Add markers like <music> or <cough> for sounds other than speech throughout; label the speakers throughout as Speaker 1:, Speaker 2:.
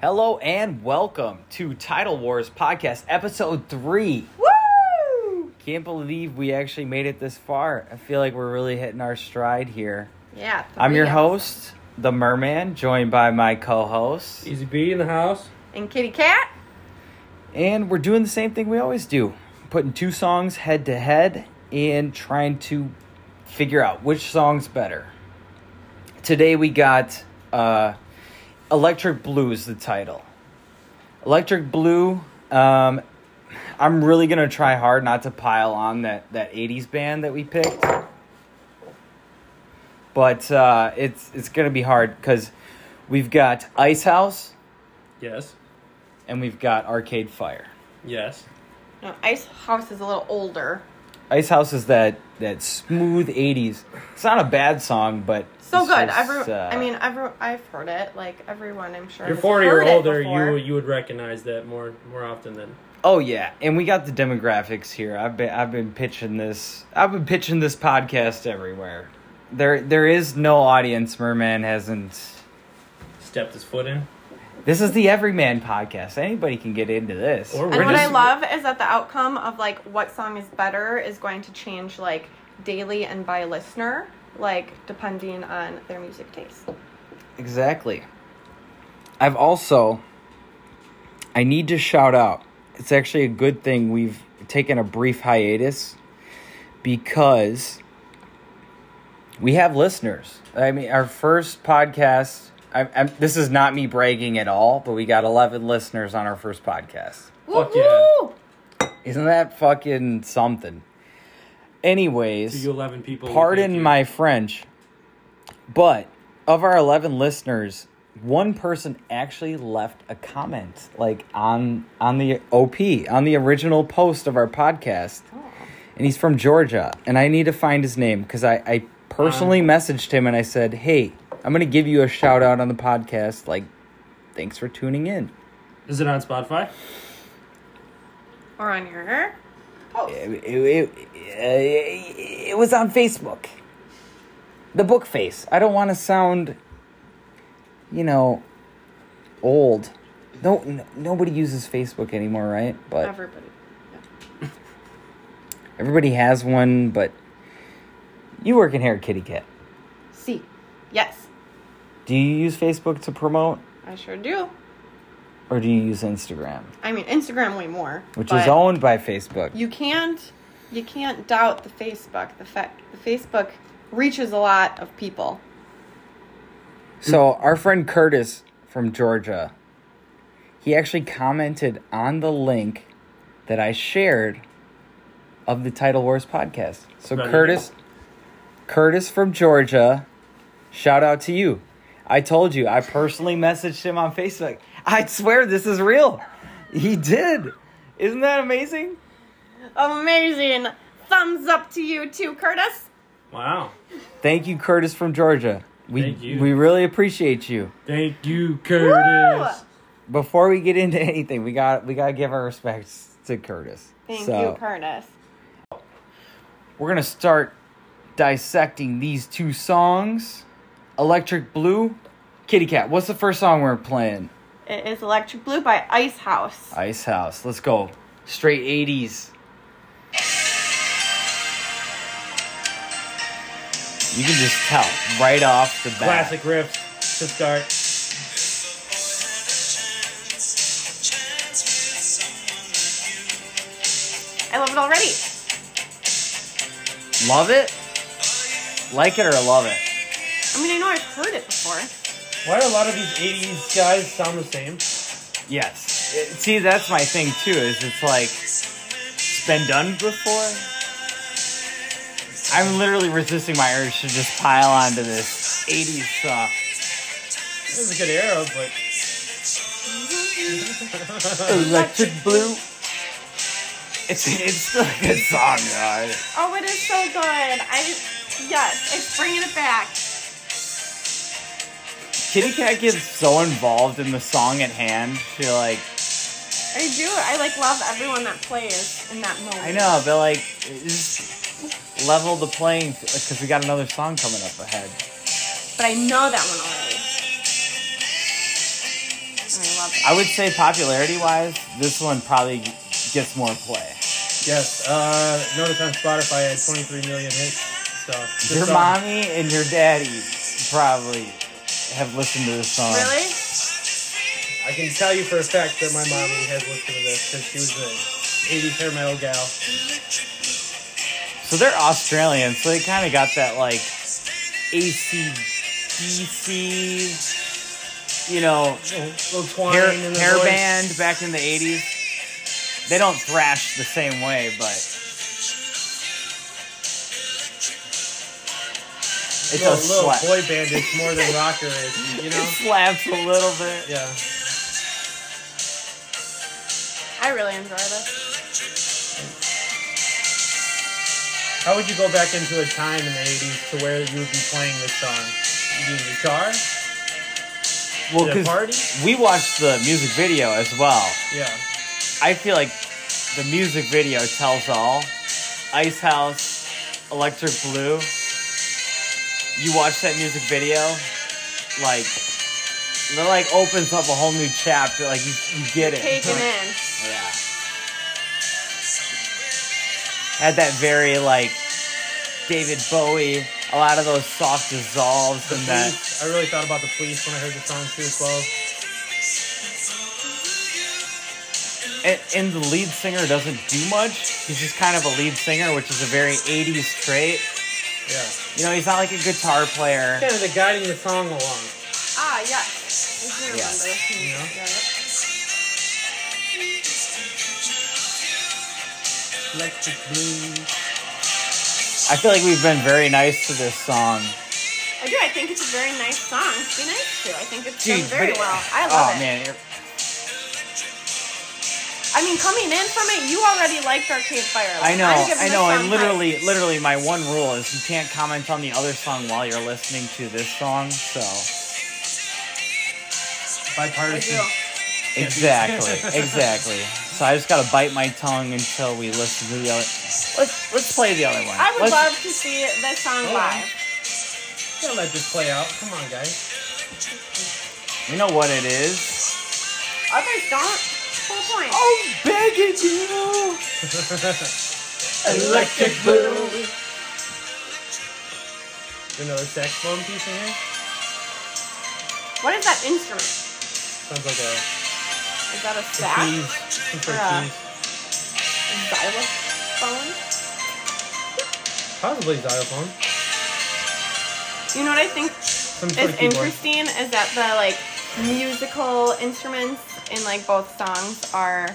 Speaker 1: Hello and welcome to Title Wars Podcast, Episode 3.
Speaker 2: Woo!
Speaker 1: Can't believe we actually made it this far. I feel like we're really hitting our stride here.
Speaker 2: Yeah.
Speaker 1: I'm your
Speaker 2: three
Speaker 1: host, The Merman, joined by my co host.
Speaker 3: Easy B in the house.
Speaker 2: episodes. And Kitty Cat.
Speaker 1: And we're doing the same thing we always do putting two songs head to head and trying to figure out which song's better. Today we got uh, Electric Blue is the title. Electric Blue, um, I'm really going to try hard not to pile on that, that 80s band that we picked. But uh, it's, it's going to be hard because we've got Ice House
Speaker 3: Yes.
Speaker 1: and we've got Arcade Fire.
Speaker 3: Yes.
Speaker 2: No, Ice House is a little older.
Speaker 1: Ice House is that that smooth '80s. It's not a bad song, but
Speaker 2: So
Speaker 1: it's
Speaker 2: good.
Speaker 1: just,
Speaker 2: Every,
Speaker 1: uh,
Speaker 2: I mean, every, I've heard it. Like everyone, I'm sure.
Speaker 3: You're
Speaker 2: has
Speaker 3: 40 or
Speaker 2: heard it
Speaker 3: older. You
Speaker 2: before.
Speaker 3: you would recognize that more more often than
Speaker 1: oh yeah, and we got the demographics here. I've been I've been pitching this. I've been pitching this podcast everywhere. There there is no audience. Merman hasn't.
Speaker 3: stepped his foot in.
Speaker 1: This is the Everyman podcast. Anybody can get into this.
Speaker 3: Or
Speaker 2: And
Speaker 3: We're
Speaker 2: what I
Speaker 3: just-
Speaker 2: love is that the outcome of like what song is better is going to change like daily and by listener, like depending on their music taste.
Speaker 1: Exactly. I've also I need to shout out. It's actually a good thing we've taken a brief hiatus because we have listeners. I mean, our first podcast. I, I'm, this is not me bragging at all, but we got 11 listeners on our first podcast.
Speaker 3: Fuck
Speaker 2: Woo,
Speaker 3: yeah.
Speaker 2: woo!
Speaker 1: Isn't that fucking something?
Speaker 3: To
Speaker 1: Anyways,
Speaker 3: you 11 people. we thank
Speaker 1: pardon
Speaker 3: you.
Speaker 1: my French, but of our 11 listeners, one person actually left a comment like on on the OP, on the original post of our podcast. And he's from Georgia, and I need to find his name because I, I personally
Speaker 3: Um,
Speaker 1: messaged him and I said, "Hey, I'm going to give you a shout out on the podcast. Like, thanks for tuning in."
Speaker 3: Is it on Spotify?
Speaker 2: Or on your post.
Speaker 1: It, it, uh, it, it was on Facebook. The book face. I don't want to sound, you know, old. No, n- nobody uses Facebook anymore, right? But
Speaker 2: Everybody. Yeah.
Speaker 1: everybody has one. But you work in hair, kitty cat.
Speaker 2: See. Yes,
Speaker 1: Do you use Facebook to promote,
Speaker 2: I sure do.
Speaker 1: or do you use Instagram,
Speaker 2: I mean, Instagram way more.
Speaker 1: which is
Speaker 2: but-
Speaker 1: owned by Facebook?
Speaker 2: you can't you can't doubt the Facebook. The fact the Facebook reaches a lot of people.
Speaker 1: So our friend Curtis from Georgia, he actually commented on the link that I shared of the Title Wars podcast. So
Speaker 3: Right.
Speaker 1: Curtis, Curtis from Georgia, shout out to you. I told you I personally messaged him on Facebook. I swear this is real. He did. Isn't that amazing?
Speaker 2: Amazing. Thumbs up to you too, Curtis.
Speaker 3: Wow.
Speaker 1: Thank you, Curtis from Georgia. We
Speaker 3: Thank you.
Speaker 1: we really appreciate you.
Speaker 3: Thank you, Curtis.
Speaker 1: before we get into <laughs> anything, we got we gotta give our respects to Curtis.
Speaker 2: Thank
Speaker 1: so,
Speaker 2: you, Curtis.
Speaker 1: We're gonna start dissecting these two songs, Electric Blue, Kitty Cat. What's the first song we're playing?
Speaker 2: It is Electric Blue by Ice House.
Speaker 1: Ice House. Let's go. Straight eighties. You can just tell right off the bat.
Speaker 3: Classic riffs to start.
Speaker 2: I love it already.
Speaker 1: Love it. Like it or love it.
Speaker 2: I mean, I know I've heard it before.
Speaker 3: Why do a lot of these 80s guys sound the same?
Speaker 1: Yes. It- see, that's my thing too. Is it's like it's been done before. I'm literally resisting my urge to just pile onto this '80s stuff.
Speaker 3: This is a good era, but
Speaker 1: Electric Blue. It's it's still a good song, though.
Speaker 2: Oh, it is so good. I just yes, it's bringing it back.
Speaker 1: Kitty Cat gets so involved in the song at hand. She like,
Speaker 2: I do. I like love everyone that plays in that moment.
Speaker 1: I know, but like, just level the playing because we got another song coming up ahead.
Speaker 2: But I know that one already. and I love it.
Speaker 1: I would say popularity wise, this one probably gets more play.
Speaker 3: <laughs> Yes. Uh, notice on Spotify had 23 million hits. So this
Speaker 1: your
Speaker 3: song-
Speaker 1: mommy and your daddy probably have listened to this song.
Speaker 2: Really?
Speaker 3: I can tell you for a fact that my mommy has listened to this because she was an 80s hair metal gal.
Speaker 1: So they're Australian, so they kind of got that like ACDC, you know,
Speaker 3: Little twine
Speaker 1: hair,
Speaker 3: in the
Speaker 1: hair
Speaker 3: voice.
Speaker 1: band back in the 80s. They don't thrash the same way, but it
Speaker 3: little,
Speaker 1: does
Speaker 3: little
Speaker 1: slap.
Speaker 3: boy band is more than rocker is, you
Speaker 1: It
Speaker 3: know?
Speaker 1: slaps a little bit.
Speaker 3: Yeah.
Speaker 2: I really enjoy this.
Speaker 3: How would you go back into a time in the 80s to where you would be playing this song? You'd be in your car?
Speaker 1: Well,
Speaker 3: At a
Speaker 1: 'cause
Speaker 3: party?
Speaker 1: we watched the music video as well.
Speaker 3: Yeah.
Speaker 1: I feel like the music video tells all. Ice House, Electric Blue. You watch that music video, like it like opens up a whole new chapter. Like you, you get it.
Speaker 2: Taken in.
Speaker 1: Yeah. Had that very like David Bowie, a lot of those soft dissolves
Speaker 3: The
Speaker 1: and that.
Speaker 3: police. I really thought about the police when I heard the song too as well.
Speaker 1: and, and the lead singer doesn't do much. He's just kind of a lead singer, which is a very '80s trait.
Speaker 3: Yeah.
Speaker 1: You know, he's not like a guitar player.
Speaker 3: Kind of the guiding the song along.
Speaker 2: Ah, yes. I do remember
Speaker 1: Yeah.
Speaker 2: this music.
Speaker 3: Yeah.
Speaker 2: Yeah.
Speaker 3: Electric blue.
Speaker 1: I feel like we've been very nice to this song.
Speaker 2: I do. I think it's a very nice song to be nice to. I think it's
Speaker 1: Dude,
Speaker 2: done very
Speaker 1: but it-
Speaker 2: well. I love
Speaker 1: oh,
Speaker 2: it.
Speaker 1: man. it-
Speaker 2: I mean, coming in from it, you already liked Arcade Fire. Like,
Speaker 1: I know,
Speaker 2: I'm giving
Speaker 1: I
Speaker 2: this
Speaker 1: know,
Speaker 2: song
Speaker 1: and
Speaker 2: high.
Speaker 1: literally, literally, my one rule is you can't comment on the other song while you're listening to this song,
Speaker 2: <laughs>
Speaker 1: so.
Speaker 2: I
Speaker 3: Bipartisan.
Speaker 2: do.
Speaker 1: Exactly, exactly. So I just gotta bite my tongue until we listen to the other. Let's, let's play the other one.
Speaker 2: I would
Speaker 1: Let's-
Speaker 2: love to see this song
Speaker 3: Hold on.
Speaker 2: live.
Speaker 3: Don't let this play out. Come on, guys.
Speaker 1: You know what it is?
Speaker 2: Others don't. Full point.
Speaker 1: Oh, begging
Speaker 2: <laughs>
Speaker 1: you! Electric blue.
Speaker 3: Another saxophone piece in here?
Speaker 2: What is that instrument? Is
Speaker 3: Sounds like a,
Speaker 2: that a
Speaker 3: a
Speaker 2: sax?
Speaker 3: keys. Some sort of
Speaker 2: Yeah.
Speaker 3: keys.
Speaker 2: Xylophone?
Speaker 3: Possibly xylophone.
Speaker 2: You know what I think
Speaker 3: Some sort of
Speaker 2: is
Speaker 3: keyboard.
Speaker 2: interesting is that the like musical instruments in like both songs are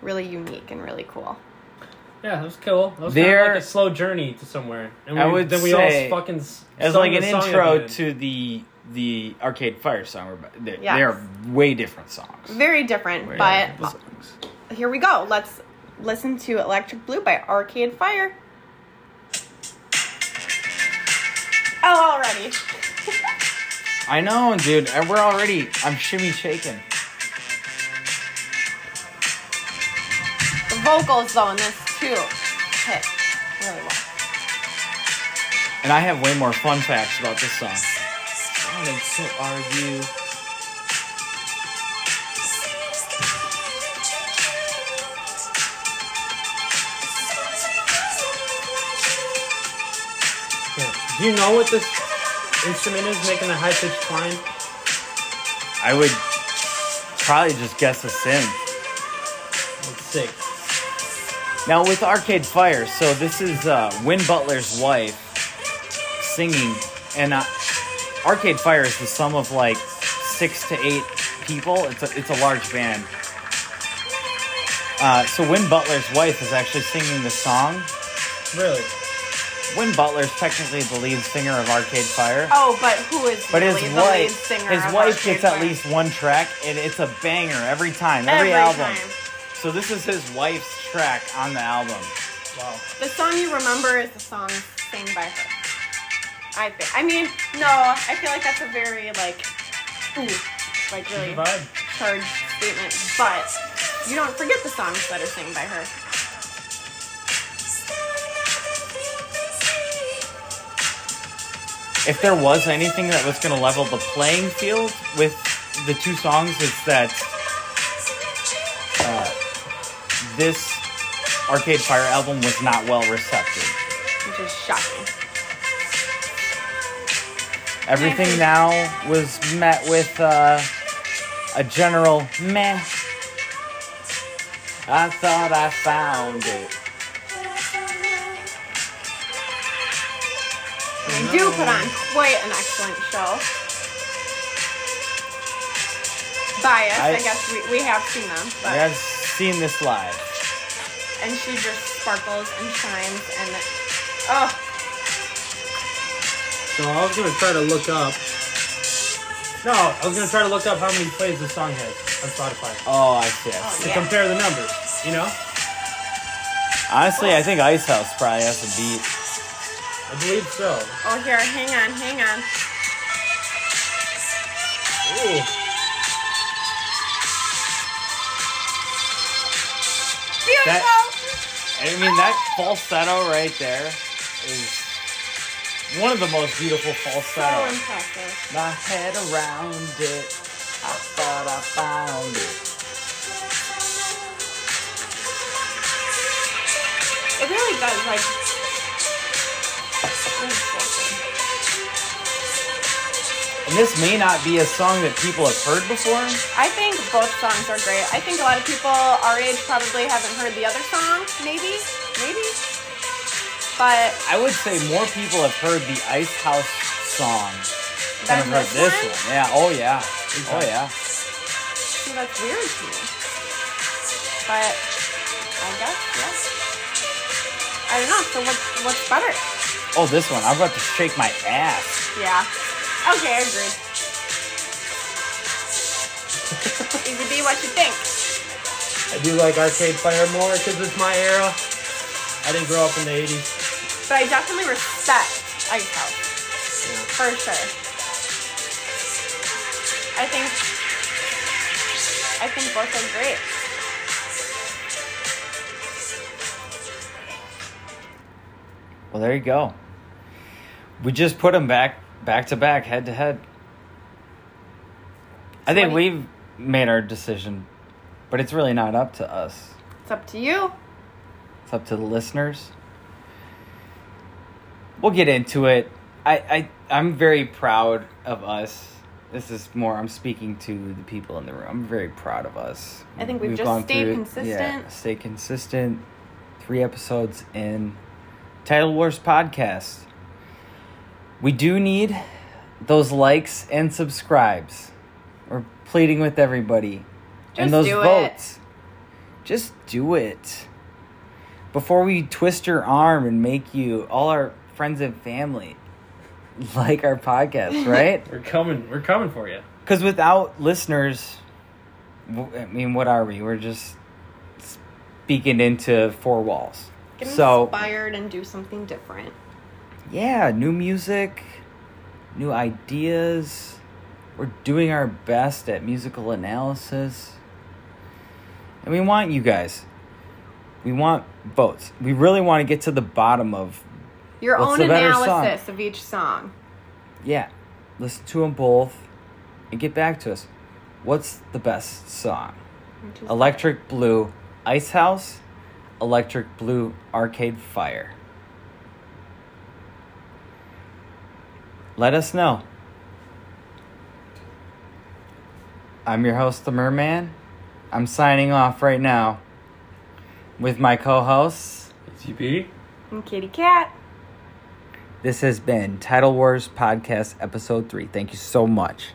Speaker 2: really unique and really cool.
Speaker 3: Yeah, that was cool. That was
Speaker 1: There-
Speaker 3: kind of like a slow journey to somewhere. And we,
Speaker 1: I would
Speaker 3: then we
Speaker 1: say,
Speaker 3: all fucking s-
Speaker 1: as
Speaker 3: sung
Speaker 1: like an
Speaker 3: the song at the
Speaker 1: intro
Speaker 3: end.
Speaker 1: to the the Arcade Fire song. we're about- They're,
Speaker 2: Yes.
Speaker 1: they're way different songs.
Speaker 2: Very different,
Speaker 1: Way
Speaker 2: but uh,
Speaker 1: different songs.
Speaker 2: here we go. Let's listen to Electric Blue by Arcade Fire. Oh, already. <laughs>
Speaker 1: I know, dude. and We're already. I'm shimmy shaking.
Speaker 2: The vocals though in this too hit really well.
Speaker 1: And I have way more fun facts about this song. Wanted to argue.
Speaker 3: Yeah. Do you know what this instrument is making the high pitched climb?
Speaker 1: I would probably just guess a synth.
Speaker 3: It's sick.
Speaker 1: Now with Arcade Fire, so this is uh, Win Butler's wife singing, and uh, Arcade Fire is the sum of like six to eight people. It's a it's a large band. Uh, so Win Butler's wife is actually singing the song.
Speaker 3: Really?
Speaker 1: Win Butler's technically the lead singer of Arcade Fire,
Speaker 2: Oh, but who is
Speaker 1: but his
Speaker 2: really the lead
Speaker 1: wife
Speaker 2: singer?
Speaker 1: his
Speaker 2: of
Speaker 1: wife
Speaker 2: Arcade
Speaker 1: gets at
Speaker 2: Fire?
Speaker 1: least one track, and it's a banger every time, every,
Speaker 2: every
Speaker 1: album.
Speaker 2: time.
Speaker 1: So this is his wife's track on the album.
Speaker 3: Wow.
Speaker 2: The song you remember is the song sang by her. I think. I mean, no, I feel like that's a very like, ooh, like really
Speaker 3: Vibe.
Speaker 2: charged statement. But you don't forget the songs that are sang by her.
Speaker 1: If there was anything that was going to level the playing field with the two songs it's that uh, this Arcade Fire album was not well received.
Speaker 2: which is shocking.
Speaker 1: Everything now was met with uh, a general meh. I thought I found it.
Speaker 2: They do put on quite an excellent show. Bias, I,
Speaker 1: I-
Speaker 2: guess we, we have seen them, but
Speaker 1: I've seen this live.
Speaker 2: and she just sparkles and shines and oh,
Speaker 3: So I was gonna try to look up. No, I was gonna try to look up how many plays the song has on Spotify
Speaker 1: Oh, I see. I
Speaker 2: Oh,
Speaker 1: see.
Speaker 3: to
Speaker 2: yeah.
Speaker 3: compare the numbers. You know,
Speaker 1: Honestly, I think Ice House probably has a beat.
Speaker 3: I believe so.
Speaker 2: oh here, hang on, hang on.
Speaker 3: Ooh.
Speaker 2: Beautiful.
Speaker 1: I mean, that falsetto right there is one of the most beautiful
Speaker 2: so
Speaker 1: falsettos.
Speaker 2: impressive.
Speaker 1: My head around it. I thought I found it.
Speaker 2: It really does like. it's
Speaker 1: And this may not be a song that people have heard before.
Speaker 2: I think both songs are great. I think a lot of people our age probably haven't heard the other song, maybe, maybe. But
Speaker 1: I would say more people have heard the Ice House song than have
Speaker 2: than
Speaker 1: heard this one. Yeah. Oh yeah. Oh yeah.
Speaker 2: See, that's weird to me. But I guess yes. I don't know. So what's what's better?
Speaker 1: Oh, this one. I'm about to shake my ass.
Speaker 2: Yeah. Okay, I agree. Easy B, what you think?
Speaker 3: I do like Arcade Fire more because it's my era. I didn't grow up in the 80s.
Speaker 2: But I definitely respect Ice House
Speaker 3: Yeah.
Speaker 2: for sure. I think I think both are great.
Speaker 1: Well, there you go. We just put them back, back to back, head to head. I think
Speaker 2: What do
Speaker 1: we've made our decision, but it's really not up to us.
Speaker 2: It's up to you.
Speaker 1: It's up to the listeners. We'll get into it. I, I I'm very proud of us. This is more I'm speaking to the people in the room. I'm very proud of us.
Speaker 2: I think we've just
Speaker 1: gone
Speaker 2: stayed
Speaker 1: through it. Yeah,
Speaker 2: consistent.
Speaker 1: stay consistent. Three episodes in Title Wars podcast. We do need those likes and subscribes. We're pleading with everybody.
Speaker 2: Just
Speaker 1: and those
Speaker 2: do it.
Speaker 1: votes. Just do it. Before we twist your arm and make you all our friends and family <laughs> like our podcast, right?
Speaker 3: We're coming. We're coming for you.
Speaker 1: Because without listeners, w- I mean, what are we? We're just speaking into four walls.
Speaker 2: Get
Speaker 1: so,
Speaker 2: inspired and do something different.
Speaker 1: yeah, new music, new ideas. We're doing our best at musical analysis. And we want you guys. We want votes. We really want to get to the bottom of,
Speaker 2: Your
Speaker 1: What's
Speaker 2: own
Speaker 1: the better song?
Speaker 2: analysis of each song.
Speaker 1: yeah, listen to them both and get back to us. What's the best song?
Speaker 2: Which is-
Speaker 1: Electric Blue Ice House, Electric Blue Arcade Fire. Let us know. I'm your host, The Merman. I'm signing off right now with my co hosts.
Speaker 3: CP.
Speaker 2: and Kitty Cat.
Speaker 1: This has been Title Wars Podcast Episode 3. Thank you so much.